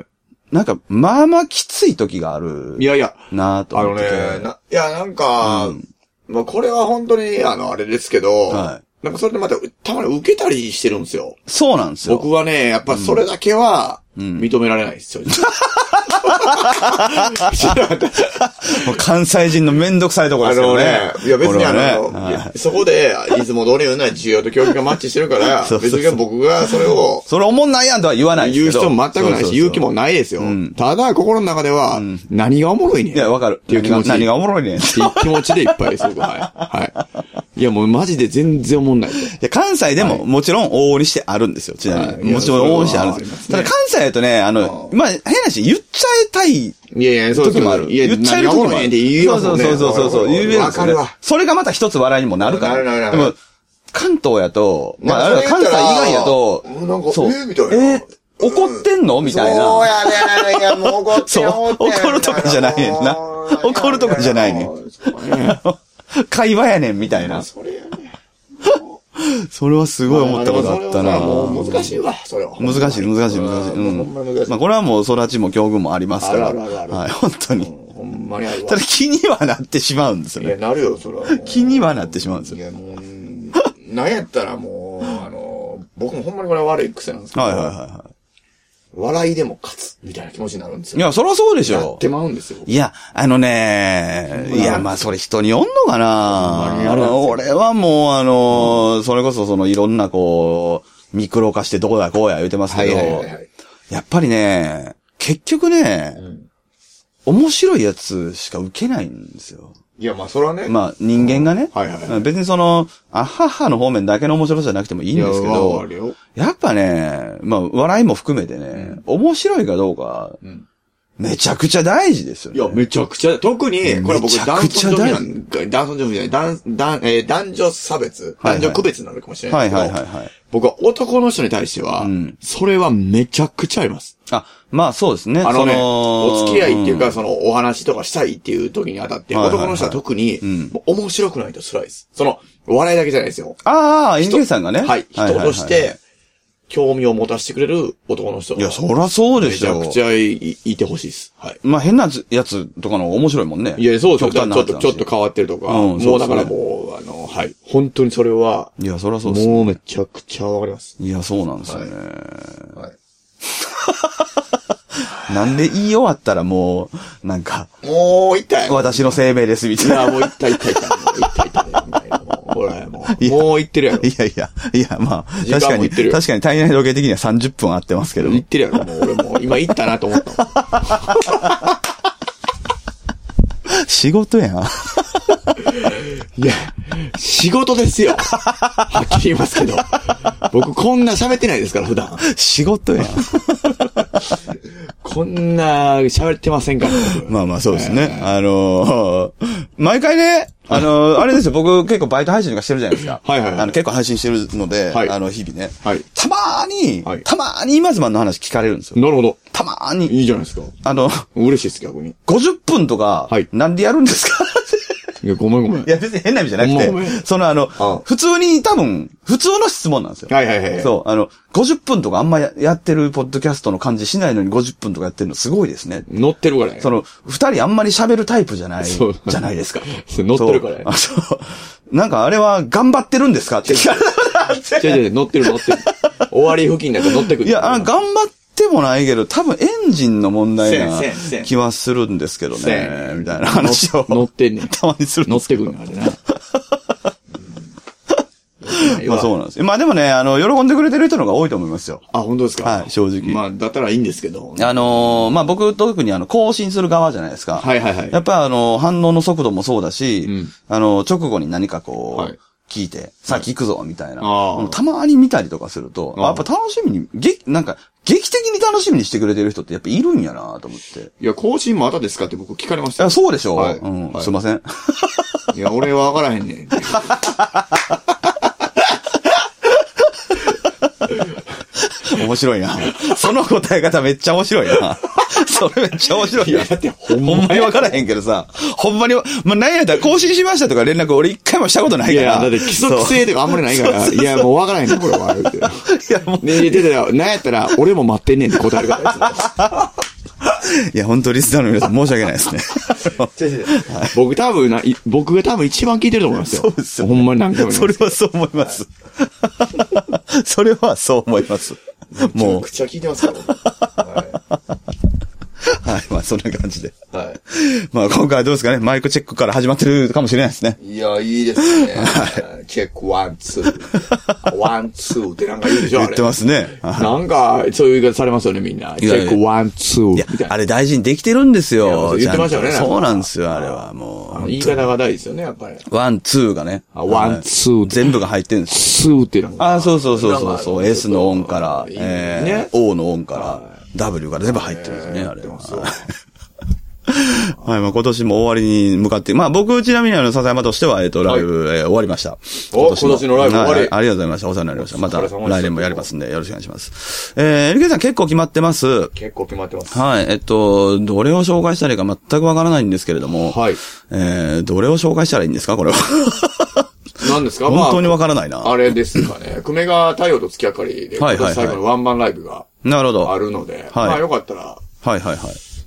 なんかまあまあきつい時があるい。いやいや、なぁとあの思ってて。ね、ないや、なんか、うんまあこれは本当に、あの、あれですけど、はなんかそれでまた、たまに受けたりしてるんですよ。そうなんですよ。僕はね、やっぱそれだけは、認められないですよ。もう関西人のめんどくさいところあですけのどね。ね、いや別にあの、これはねいはいやそこで、いつも通りのような需要と供給がマッチしてるから、 そうそうそう別に僕がそれを、それおもんないやんとは言わないです言うけど。人も全くないし、言う気もないですよ。んただ、心の中では、何がおもろいねんいや、わかる。っていう気持ち何がおもろいねん。いっていう気持ちでいっぱいです、僕は。はい。はい。いや、もうマジで全然思んないと。や関西でも、もちろん往々にしてあるんですよ、ちなみはいに。もちろん往々にしてあるんいでやすそれはありま。すねよただ関西だとね、あの、まあ、変な話、言っちゃいたいいやいや、そう時もある。いや、言っちゃえる何時がおももろあいねんる。って言うよ、そうそうそうそうそう、言うべきわですかよねるわ。。それがまた一つ笑いにもなるから。なるなるなるでも、関東やと、まあ、あるいは関西以外やとなんかそれ言ったらうんなんか、えそう、ーみたいなえー怒ってんのみたいそうな。やねいや、もう怒ってそうよ怒ってよ怒るとかじゃないねんなもう怒るとかじゃないねん会話やねん、み たいな。それやね。それはすごい思ったことあったな。でもそれはもう難しいわ、それは。難しい、難しい、難しい。ううんほん。んまに難しいまあ、これはもう、育ちも境遇もありますから。あるあるあるあはい、本当に。ほんまにあるわただ、気にはなってしまうんですよいねや、。なるよ、それはもう。気にはなってしまうんですいよ。や、もう、なんやったらもう、あの、僕もほんまにこれは悪い癖なんですけど、はいはいはいは笑いでも勝つ、みたいな気持ちになるんですい。いよ。や、そりゃそうでしやょっ。てまうんですよ。いや、あのね、いや、まあ、それ人によんのほかんまになああるんですよの、俺はもう、あの、それこそ、その、いろんな、こう、ミクロ化してどうだこうや言うてますけど、はい。やっぱりね、結局ね、面白いやつしか受けないんですよ。いや、まあ、それはね。まあ、人間がね。はいはいは別にその、あははの方面だけの面白さじゃなくてもいいんですけいやわどか、るよやっぱね、まあ、笑いも含めてね、面白いかどうか、んめちゃくちゃ大事ですよいね。や、めちゃくちゃ、特に、これ僕、めちゃ男くち女女ゃ大な事んか、男女女じゃない、男、男、えー男女差別、はいはい男女区別になるかもしれなはいいですけど、はいはいはい。僕は男の人に対しては、うんそれはめちゃくちゃあります。あ、まあそうですね。あのね、そお付き合いっていうか、んその、お話とかしたいっていう時にあたって、はいはいはい男の人は特に、うんもう面白くないと辛いです。その、笑いだけじゃないですよ。ああ、イン人ディさんがね。はい。人としはいはいはて、興味を持たせてくれる男の人い。いがや、そらそうでめしちゃょく。ちゃいいいてほしいです。はい。まあ変なやつとかの方が面白いもんね。いや、そうですよ。極端なちょっ話と、ちょっと変わってるとか。うんもそううだからもう、あの、はい。本当にそれは、いや、そらそうです。もうめちゃくちゃわかります。いや、そうなんですよね。はい。なんで言い終わったらもう、なんか、もう、 痛い。私の生命ですみたいいな。や、もう痛い痛い痛い。もう痛い痛いみたいな。もうほら、もう、いやもう行ってるやろ。いやいや、いや、まあ、時間確かもいに、ってる確よかに体内時計的には30分合ってますけど。行ってるやろ。もう俺もう、今行ったなと思ったもん。仕事やん。いや、仕事ですよ。 はっきり言いますけど。僕こんな喋ってないですから、普段。仕事やん。こんな喋ってませんから。僕まあまあそうですね。あのー毎回ね、あのーあれですよ、僕結構バイト配信とかしてるじゃないですか。はいはいはいあの結構配信してるので、はいあの日々ね。はいたまーに、はいたまーに今妻の話聞かれるんですよ。なるほど。たまーに、いいじゃないですか。あの、嬉しいです、逆に。 50分とかはい、なんでやるんですか っていや、ごめんごめん。いや別に変な意味じゃなほんまくごめんて、そのあのあ、普通に多分、普通の質問なんですよ。はいはいはいはい。そう、あの、50分とかあんまややってるポッドキャストの感じしないのに50分とかやってるのすごいですね。乗ってるからね。その、二人あんまり喋るタイプじゃない、じそうゃないですか。そう乗ってるからねそうあそう。なんかあれは頑張ってるんですかって聞かれた違う違う、乗ってる乗ってる。終わり付近だと乗ってくる。いや、あの頑張ってもないけど、多分エンジンの問題なせんせんせん気はするんですけどせね、んみたいな話を。乗ってんねんたまにするん乗でっすてくるのあれな。うんまあそうなんです。まあでもね、あの、喜んでくれてる人の方が多いと思いますよ。あ、本当ですかはい正直まあ、だったらいいんですけど。あのーまあ僕特にあの、更新する側じゃないですか。はいはいはいやっぱあの、反応の速度もそうだし、うんあの、直後に何かこう、はい聞いて、さあ聞くぞ、みたいな。あーたまに見たりとかすると、あーあやっぱ楽しみに、劇、なんか、劇的に楽しみにしてくれてる人ってやっぱいるんやなと思って。いいや、更新まだですかって僕聞かれました や、よ。そうでしょ、はいうん、はいすいません。 いや、俺は分からへんねんって。面白いな。 その答え方めっちゃ面白いな。 それめっちゃ面白いな。いやだってほほんんまやまにわからへんけどさ、ほんまに、まあ、なんやったら更新しましたとか連絡俺一回もしたことないいから。や、だって規則性とかあんまりないから。いや、もう分からへんねん、これは。言うてそう。いや、もうで、出てたら、なんやったら、俺も待ってんねんって答えるからいつも。 いや、本当リスナーの皆さん申し訳ないですね。 僕多分な、い僕が多分一番聞いてると思いますよ。そうですよほんまに何回も言います それはそう思います。それはそう思います。もうめ、ちゃ聞いて ますから僕ははい、まあそんな感じで。い。はまあ今回はどうですかね、マイクチェックから始まってるかもしれないですね。い。いや、いいですね。チェックワン、ツー。ワン、ツーってなんか言うでしょ、言あっれて。ますね。あなんか、そういう言い方されますよね、みんな。チやいやェックワン、ツいー。やみたい、な。あれ大事にできてるんですいやそうよ。言ってましたよねちゃんとそうなんですよ、あれは。あものう。言い方が大事ですよね、やっぱり。ワン、ツーがね。あワンツーはい全部が入ってるんですよ。ツーってなんか。あ、そうそうそうそうそう。なんか S の音から、いいねえー O の音から、W から全部入ってるんですね、あれやってはま。すよ はい、まあ今年も終わりに向かって、まあ僕ちなみにあの、笹山としては、えっ、と、ライブ、えー終わりました。おも今年のライブ終わりはいありがとうございました。お世話になりました。またお疲れ様でした来年もやりますんで、よろしくお願いします。えー、LK さん結構決まってます。結構決まってます。はい、えっと、どれを紹介したらいいか全くわからないんですけれども、はい。えー、どれを紹介したらいいんですかこれは。何ですか本当にまわからないな。あ、あれですか ね。久米が太陽と月明かりで、は今いはいは年い最後のワンマンライブがなるほど。あはいるので、はいまあよかったら、はいはい。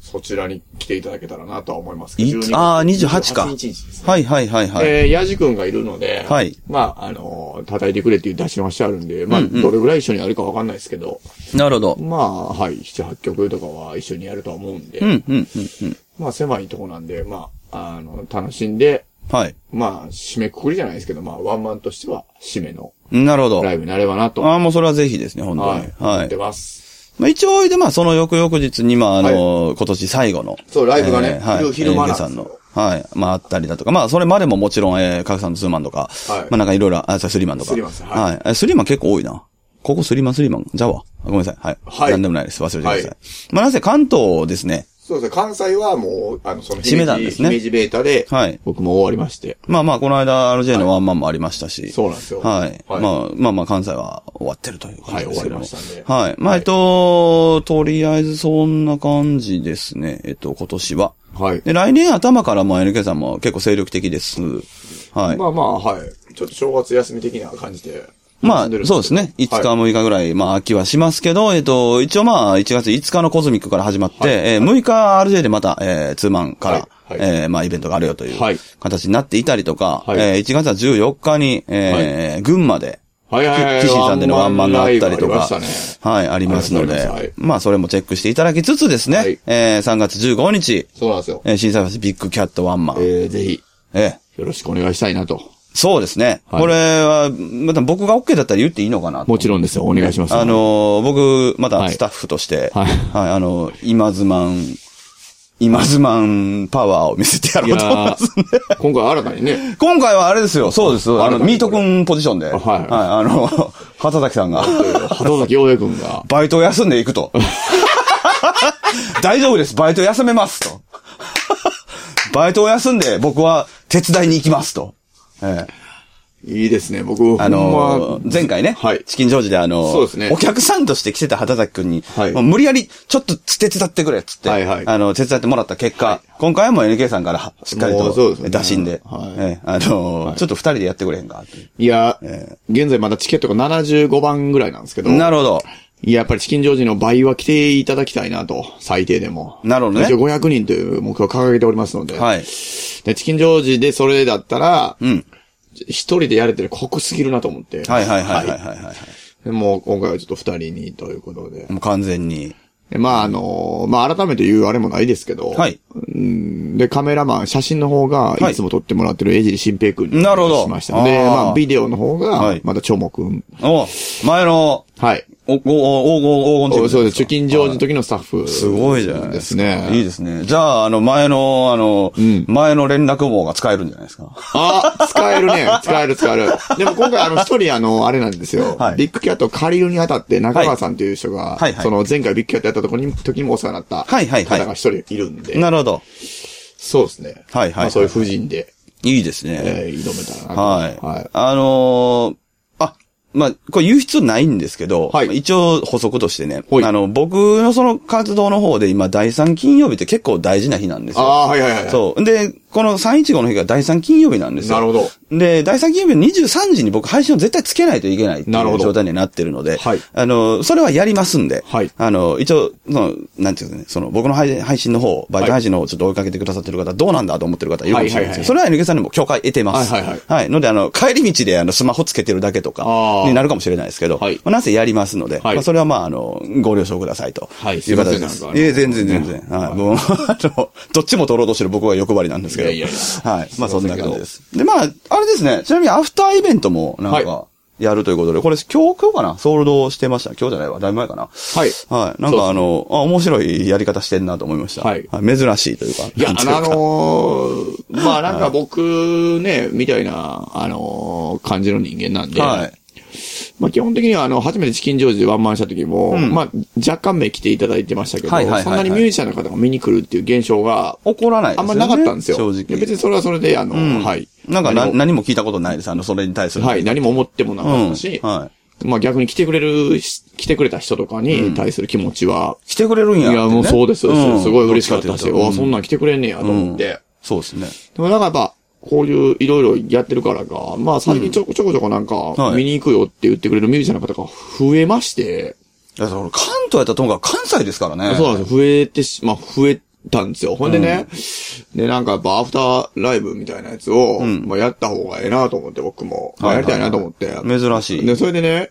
そちらに来ていただけたらなとは思いますけいど。つああ、28か。 28日ですね。はいはいはいはい。えー、ヤジ君がいるので、はいまあ、あのー、叩いてくれっていう出し回しあるんで、まあ、どれぐらい一緒にやるかわかんないですけど、なるほど。まあ、はい、7、8曲とかは一緒にやるとは思うんで、うんうんうんうん。まあ、狭いとこなんで、まあ、あの、楽しんで、はい。まあ、締めくくりじゃないですけど、まあ、ワンマンとしては、締めのなるほど。ライブになればなと、ああ、もうそれはぜひですね、本当に。はい、は思いって。ます。まあ一応、でまあその翌々日に、まああの、今年最後の。そうライブがねえーはい、昼昼間なんえーですゲよさんの。はい。まああったりだとか、まあそれまでももちろん、えー、カクさんのツーマンとか、はいまあなんかいろいろ、あ、そうスリーマンとか。スリーマンですはいはい。えスリーマン結構多いな。ここスリーマン、スリーマン、じゃあわ。あごめんなさい。はい。はいなんでもないです。忘れてください。はいまあなぜ関東ですね。そうですね、関西はもう、あの、その、締めたんですね姫路ベータで、はい僕も終わりまして。まあまあ、この間 RJ のワンマンもありましたし。そうなんですよ。はい。はい。まあまあまあ、関西は終わってるという感じですけどもはい終わりましたんではい。まあ、えっと、とりあえずそんな感じですね。えっと、今年は。はい。で、来年頭からも NK さんも結構精力的です。はい。まあまあ、はい。ちょっと正月休み的な感じで。まあ遊んるん、そうですね。5日、はい6日ぐらい、まあ、秋はしますけど、えっと、一応まあ、1月5日のコズミックから始まって、えー6日 RJ でまた、えー、ツーマンから、はいはいえーまあ、イベントがあるよというはい形になっていたりとか、はいえー1月は14日に、えー群馬で、はいはいはい。キシーさんでのワンマンがあったりとワンマかンライブありましたね。、はい、ありますのありでがとうございますはい、まあ、それもチェックしていただきつつですはねい、えー3月15日、そうなんですよ。えー、震災橋ビッグキャットワンマン、えー、ぜひ、えーよろしくお願いしたいなと。そうですね。はいこれは、また僕が OK だったら言っていいのかなともちろんですよ。お願いします。あ、のー僕、まはだいスタッフとして、ははいい、あのー今ズマン、今ズマンパワーを見せてやいやろうと思います。ー今回新たに ね、今回はあれですよ、そうです。ああれの、だミート君ポジションで、はい、はいあの、畑崎さ んが、鳩崎陽平くんが、バイトを休んでい くと。大丈夫です、バイト休めますと。バイトを休んで僕は手伝いに行きますと。ええいいですね。僕、あほのんー、前回ね、はいチキンジョージであのーそうですねお客さんとして来てた畑崎くんに、はいもう無理やり、ちょっと手伝ってくれ、っつって、はいはいあの、手伝ってもらった結果、今回も NK さんからしっかりもうそうでとすね打診で、はいええあのーちょっと二人でやってくれへんかっていういや、現在まだチケットが75番ぐらいなんですけど、なるほど。いや、やっぱりチキンジョージの倍は来ていただきたいなと、最低でも。なるほどね一応500人という目標を掲げておりますので。はい。で、チキンジョージでそれだったら、ん一人でやれてる濃くすぎるなと思って。はいはいはいはいはい、はでもう今回はちょっと二人にということでい。。もう完全に。でまああの、まあ改めて言うあれもないですけど。はい。うんで、カメラマン、写真の方が、はいいつも撮ってもらってる江尻新平君になるほどしましたので、あーまあビデオの方はがい、またチョモ君。お前の、はい。お、お、お、お、お、お、黄金チームそうです。チキンジョージの時のスタッフ。すごいじゃなでいですすか。ね。いいですね。じゃあ、あの、前の、あの、前の連絡網が使えるんじゃないですか。あ、使えるね。使える使える。でも今回あの一人あの、あれなんですよ。はいビッグキャットを借りるにあたって中川さんという人が、はいはいその前回ビッグキャットやったとこに、時にもお世話になったはいはいはい方が一人いるんで、なるほど。そうですね。はいはいはいまあそういう夫人で、いいですね。えー、挑めたらなと。はい。はい。あのーあ、まあ、これ言う必要ないんですけど、はい一応補足としてね、はいあの、僕のその活動の方で今、第3金曜日って結構大事な日なんですあよ。あ、はいはいはい。そう。で、この315の日が第3金曜日なんですよ。なるほど。で、第3金曜日の23時に僕配信を絶対つけないといけないってなるいほうど状態になってるので、はいあの、それはやりますんで、はいあの、一応、その、なんていうかね、その、僕の配配信の方、バイト配信の方をちょっと追いかけてくださってる方、どうなんだと思ってる方いるかもしれないですけど、それは NK さんにも許可得てます。はいはいはいので、あの、帰り道であの、スマホつけてるだけとかあ、ーになるかもしれないですけど、はいまあ、なんせやりますので、はいまあ、それはまあ、あの、ご了承くださいと。はいいう形ですいす。ませんなんかあのいえ、全然全然。はい。もう、あの、どっちも取ろうとしてる僕は欲張りなんですけど。いやいやいやはい。まあそんな感じです。で、まあ、あれですね。ちなみにアフターイベントもなんはか、やるということで、これ今日、今日かなソールドしてました。今日じゃないわ。だいぶ前かな。はいはい。なんかあの、あ、面白いやり方してんなと思いました。はい珍しいというか。いや、なあんていうかのーまあなんか僕ね、みたいな、あのー感じの人間なんで、はい。まあ基本的には、あの、初めてチキンジョージでワンマンした時も、まあ若干目来ていただいてましたけど、はいはいはいはいそんなにミュージシャンの方が見に来るっていう現象が、怒らないあんまりなかったんですよ。正直。別にそれはそれで、あの、はい。なんかな何も何も聞いたことないです。あの、それに対する。はい、何も思ってもなうかっん。たし、はい。まあ逆に来てくれるし、来てくれた人とかに対する気持ちは、来てくれるんやいや、もうそうです、そうですすごい嬉しかったし、ううわ、んそんなん来てくれんねやと思って。そうですね。でもなんかやっぱ、こういういろいろやってるからか、まあ最近ちょこちょこちょこなんかは、い見に行くよって言ってくれるミュージシャンの方が増えまして、いや、その関東やったらともかく関西ですからね。そうなんですよ。増えてし、まあ増えたんですよ。ほんでね、で、なんかやっぱアフターライブみたいなやつを、まあやった方がええなと思って僕も、まあやりたいなと思って。珍しで、い。それでね、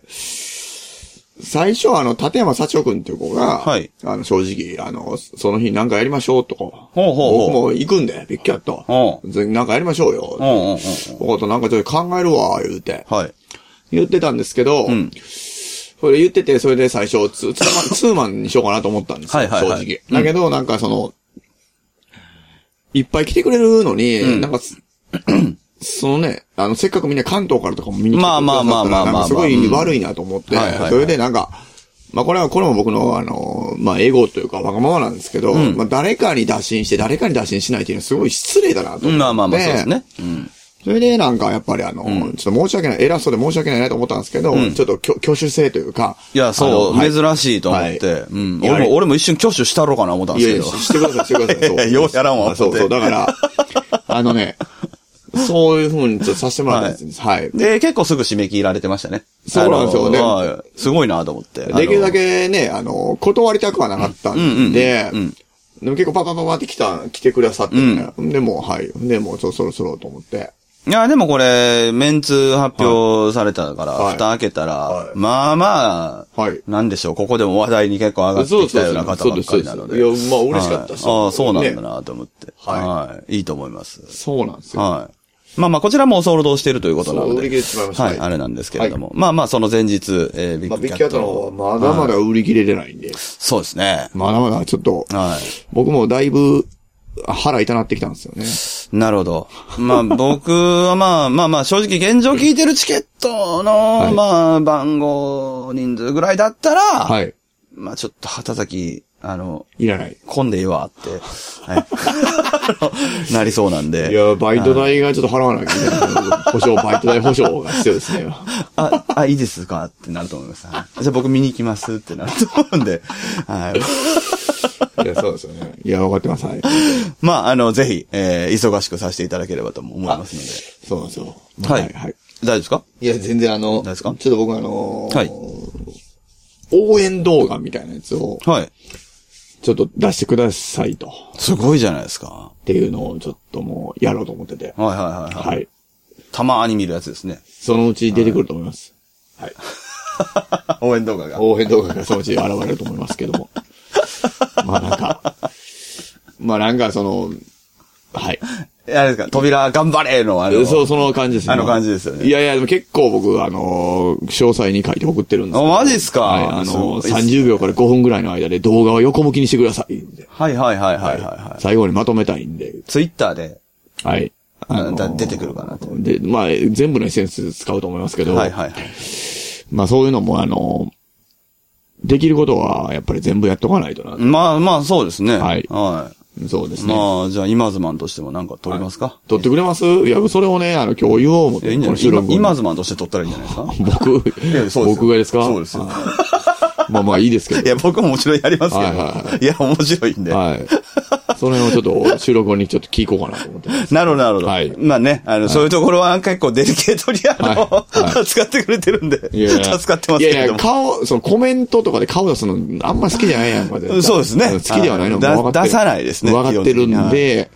最初はあの、立山幸男くんっていう子が、はいあの、正直、あの、その日なんかやりましょうとか、ほうほうほう僕も行くんで、ビッグキャットほ、ぜなんかやりましょうよ、うんうんうんうん。おことなんかちょっと考えるわ、言うて、はい。言ってたんですけど、それ言ってて、それで最初、ツーツー マン、ツーマンにしようかなと思ったんですよ。はいはいはい正直。だけど、なんかその、いっぱい来てくれるのに、うんなんかす、 そのね、あの、せっかくみんな関東からとかも見に来てくれてまあまあまあまあまあまあなんかすごい悪いなと思って、うんはいはいはいそれでなんか、まあこれは、これも僕の、あの、まあ、エゴというか、わがままなんですけど、うんまあ誰かに打診して、誰かに打診しないっていうのはすごい失礼だなと思って。まあまあまあ、そうですね。うん。それでなんかやっぱりあの、ちょっと申し訳ない、偉そうで申し訳ないなと思ったんですけど、ちょっと挙挙手制というか。いや、そう、あのはい珍しいと思って、はいうん。やは俺りも、俺も一瞬挙手したろうかな思ったんいでやすいけや、ど。ししてください、してください。いやいやようやらんわそうそう、思だから、あのね、 そういうふうにちょっとさせてもらったんです。はい。で、結構すぐ締め切られてましたね。そうなんですよねあのはいすごいなと思って。できるだけね、あの、断りたくはなかったんでうんうんうんうん、でも結構パパパパって来た、来てくださってね、で、もう、はい。で、もう、ちょそろそろと思って。いや、でもこれ、メンツ発表されたから、はい蓋開けたら、はいまあまあ、はいなんでしょう、ここでも話題に結構上がってきたような方ばっかりなので。そうですそうですそうですいやまあ嬉しかったしはいああ、そうなんだねなと思って。はいはい。いいと思います。そうなんですよ。はい。まあまあ、こちらもソールドしているということなのそうで。売り切れてしまいましたははい、いあれなんですけれども。まあまあ、その前日、えー、ビッまあ、グビキャッグキッャト。ットの方はまだまだ売り切れてないんで、そうですね。まだまだちょっと、はい。僕もだいぶ腹痛なってきたんですよね。なるほど。まあ 僕はまあまあまあ正直現状聞いてるチケットの、はいまあ番号人数ぐらいだったら、はい。まあちょっと旗先、あの、いらない。混んでいいわって、はいあの なりそうなんいで。や、バイト代がちょっと払わなきゃいけない。 保証、バイト代保証が必要ですね。あ、あ、いいですかってなると思います。はいじゃあ僕見に行きますってなると思うんで。はい。いや、そうですよね。いや、分かってます。はい。まああの、ぜひ、えー忙しくさせていただければと思いますので。そうなんですよ。はいはい。大丈夫ですかいや、全然あの、ですかちょっと僕あのーはい応援動画みたいなやつを、はい。ちょっと出してくださいと、すごいじゃないですか。っていうのをちょっともうやろうと思ってて。はいはいはい。は、はいい。たまーに見るやつですね。そのうち出てくると思います。はい。 応援動画が。応援動画がそのうち現れると思いますけど も。まあなんか、まあなんかその、はい。あれですか、扉頑張れの、あの、そう、その感じですね。あの感じですよねいやいや、でも結構僕、あのー、詳細に書いて送ってるんですけどあマジっすかはい、あのー、すごいっす30秒から5分ぐらいの間で動画を横向きにしてください。はいはいはいはいはいはい。最後にまとめたいんで。ツイッターで、はい。あーだ出てくるかなとで、まあ、全部のエッセンス使うと思いますけど、はいはいはい。まあそういうのも、あのー、できることは、やっぱり全部やっとかないとな。まあまあ、そうですね。はいはそうですい。ね。まあ、じゃあ、今ズマンとしてもなんか撮りますか撮ってくれますいや、それをね、あの、今日言おう思っいや、て、いいんじゃないこの今収録今ズマンとして撮ったらいいんじゃないですか 僕やそうですよ、僕がですかそうですよあまあまあいいですけいど。や、僕ももちろんやりますけはいはいはど。いや、面白いんで。はい。その辺をちょっと収録後にちょっと聞こうかなと思ってます。なるほど、なるほど。はいまあね、あの、そういうところは結構デリケートに、あの、はいは使ってくれてるんで、いやい助やかってますけいやいれどや、も。顔、そのコメントとかで顔出すのあんま好きじゃないやんか絶対そうですね好きではないのもはい分かってる出さないですね分かってる基本ん的で、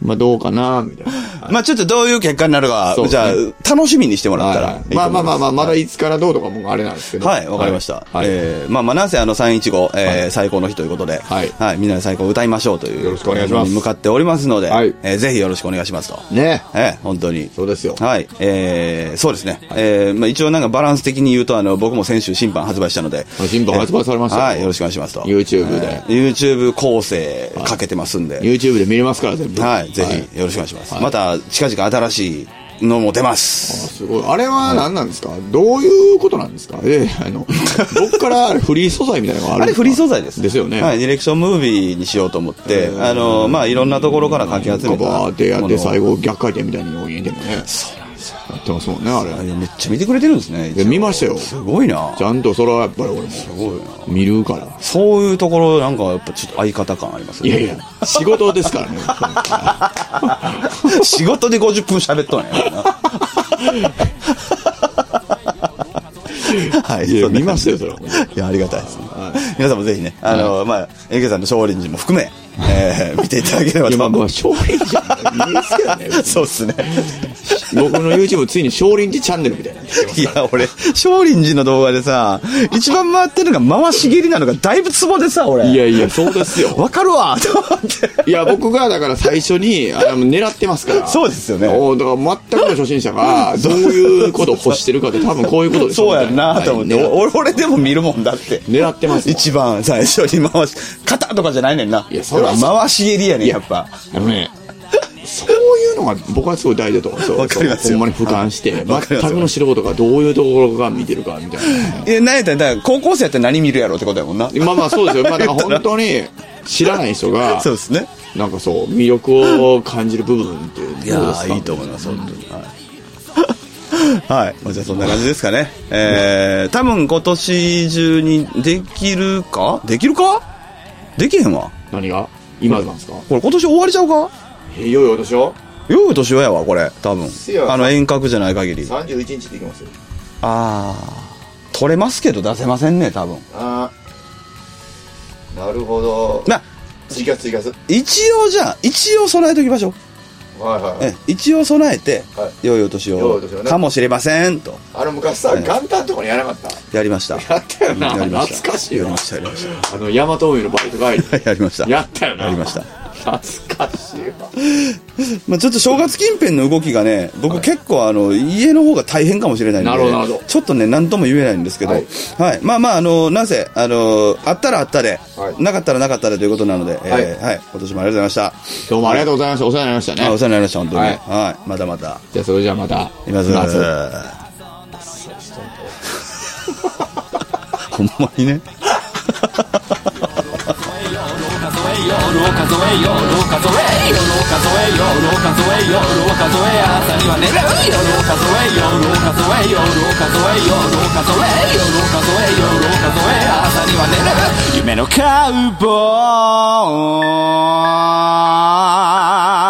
まあどうかな、みたいな。まあ、ちょっとどういう結果になるかそう、でじすゃあね、楽しみにしてもらったらいいはと思いいまま。すあまあまあまあ、まだいつからどうとかもあれなんですけど。はい、わかりました。はいはいえーまあまあ、なんせあの315、えーは最高の日ということで、はいみんなで最高を歌いましょうという、よろしくお願いしますに向かっておりますので、はいえーぜひよろしくお願いしますと。ね。えー本当に。そうですよ。はい、えーそうですね。えーまあ一応なんかバランス的に言うと、あの、僕も先週新版発売したので、新聞発売されましたよ。はい、よろしくお願いしますと。 YouTube で YouTube 構成かけてますんで、 YouTube で見れますから、全部。はい、ぜひよろしくお願いします。また、近々新しいのも出ます。すごい。あれは何なんですか、どういうことなんですかええ あの、どっからあれフリー素材みたいなのがあるあんでれすかフリー素材です。ですよね。はい、ディレクションムービーにしようと思って、あの、まあ、いろんなところからかき集カめた。バーでやっもての最後逆回転みたいに応援でもね。そうなんですよ。やってますもんね、ああれ。れめっちゃ見てくれてるんですね。いや見ましたよ。すごいな。ちゃんとそれはやっぱり俺も見るから。そういうところ、なんか、やっぱちょっと相方感ありますいねやいや、仕事ですから ね。仕事で50分喋っとんやからなはい、いや、そんな見ましたよ、それは。いや、ありがたいですね。皆さんもぜひね、あの、まあ、エケさんの少林寺も含め、えー見ていただければいや、とまあ、思いまあ、ます。 勝利じゃない。いいですけどね。そうですね。僕の YouTube ついに少林寺チャンネルみたいになってきてますいや、俺、少林寺の動画でさ、一番回ってるのが回し蹴りなのがだいぶツボでさ、俺。いやいや、そうですよ。わかるわと思って。いや、僕がだから最初に、あの、狙ってますから。そうですよねおだから全くの初心者が、どういうことを欲してるかって多分こういうことでしょ。そうやんなと思って。はいお俺、俺でも見るもんだって。狙ってますもん。一番最初に回し、肩とかじゃないねんな。いやそらそう回し蹴りやねん、やっぱ。あのね、そういうのが僕はすごい大事だと思うんですよ。 わかりますよほんまに俯瞰して、わかり全ますくの素人がどういうところが見てるかみたいな。いや、なんやったら、だから高校生やったら何見るやろってことやもんな。まあまあそうですよ。まあだ から本当に知らない人がそ、うですね。なんかそう、魅力を感じる部分ってどうですか思います、本当に。はい。はい。まあ、じゃあそんな感じですかね。えー、多分今年中にできるかできるかできへんわ。何が今なんですかこれ今年終わりちゃうかいよいよ私は良い年はやわ、これ。多分せ。やあの、遠隔じゃない限り。あ31日で行きますよ。あー。取れますけど出せませんね、多分。ああ。なるほど。な、追加追加す。一応じゃあ、一応備えときましょう。はいはえ一応備えては、良いお年良いをお年を、ねかもしれません、と、あの昔さ、元旦とかにやらなかったやりました。やったよな。やりました懐かしいやよりま。した、や りましあの、ヤマト運輸のバイト帰り。た。やりました。やったよな。やりました。懐かしいわ。まあ、ちょっと正月近辺の動きがね、僕結構あの、家の方が大変かもしれないんで、なるほどなるほどちょっとね、何とも言えないんですけど、ははいい。まあまあ、あの、なぜ、あの、あったらあったで、はいなかったらなかったでということなので、えーはいはい。今年もありがとうございました。どうもありがとうございました。お世話になりましたあおね。世話になりました、本当に。ははいい。まだまた、じゃあ、それじゃあまた。います。夏 ほんまにね。夢のカウボーイ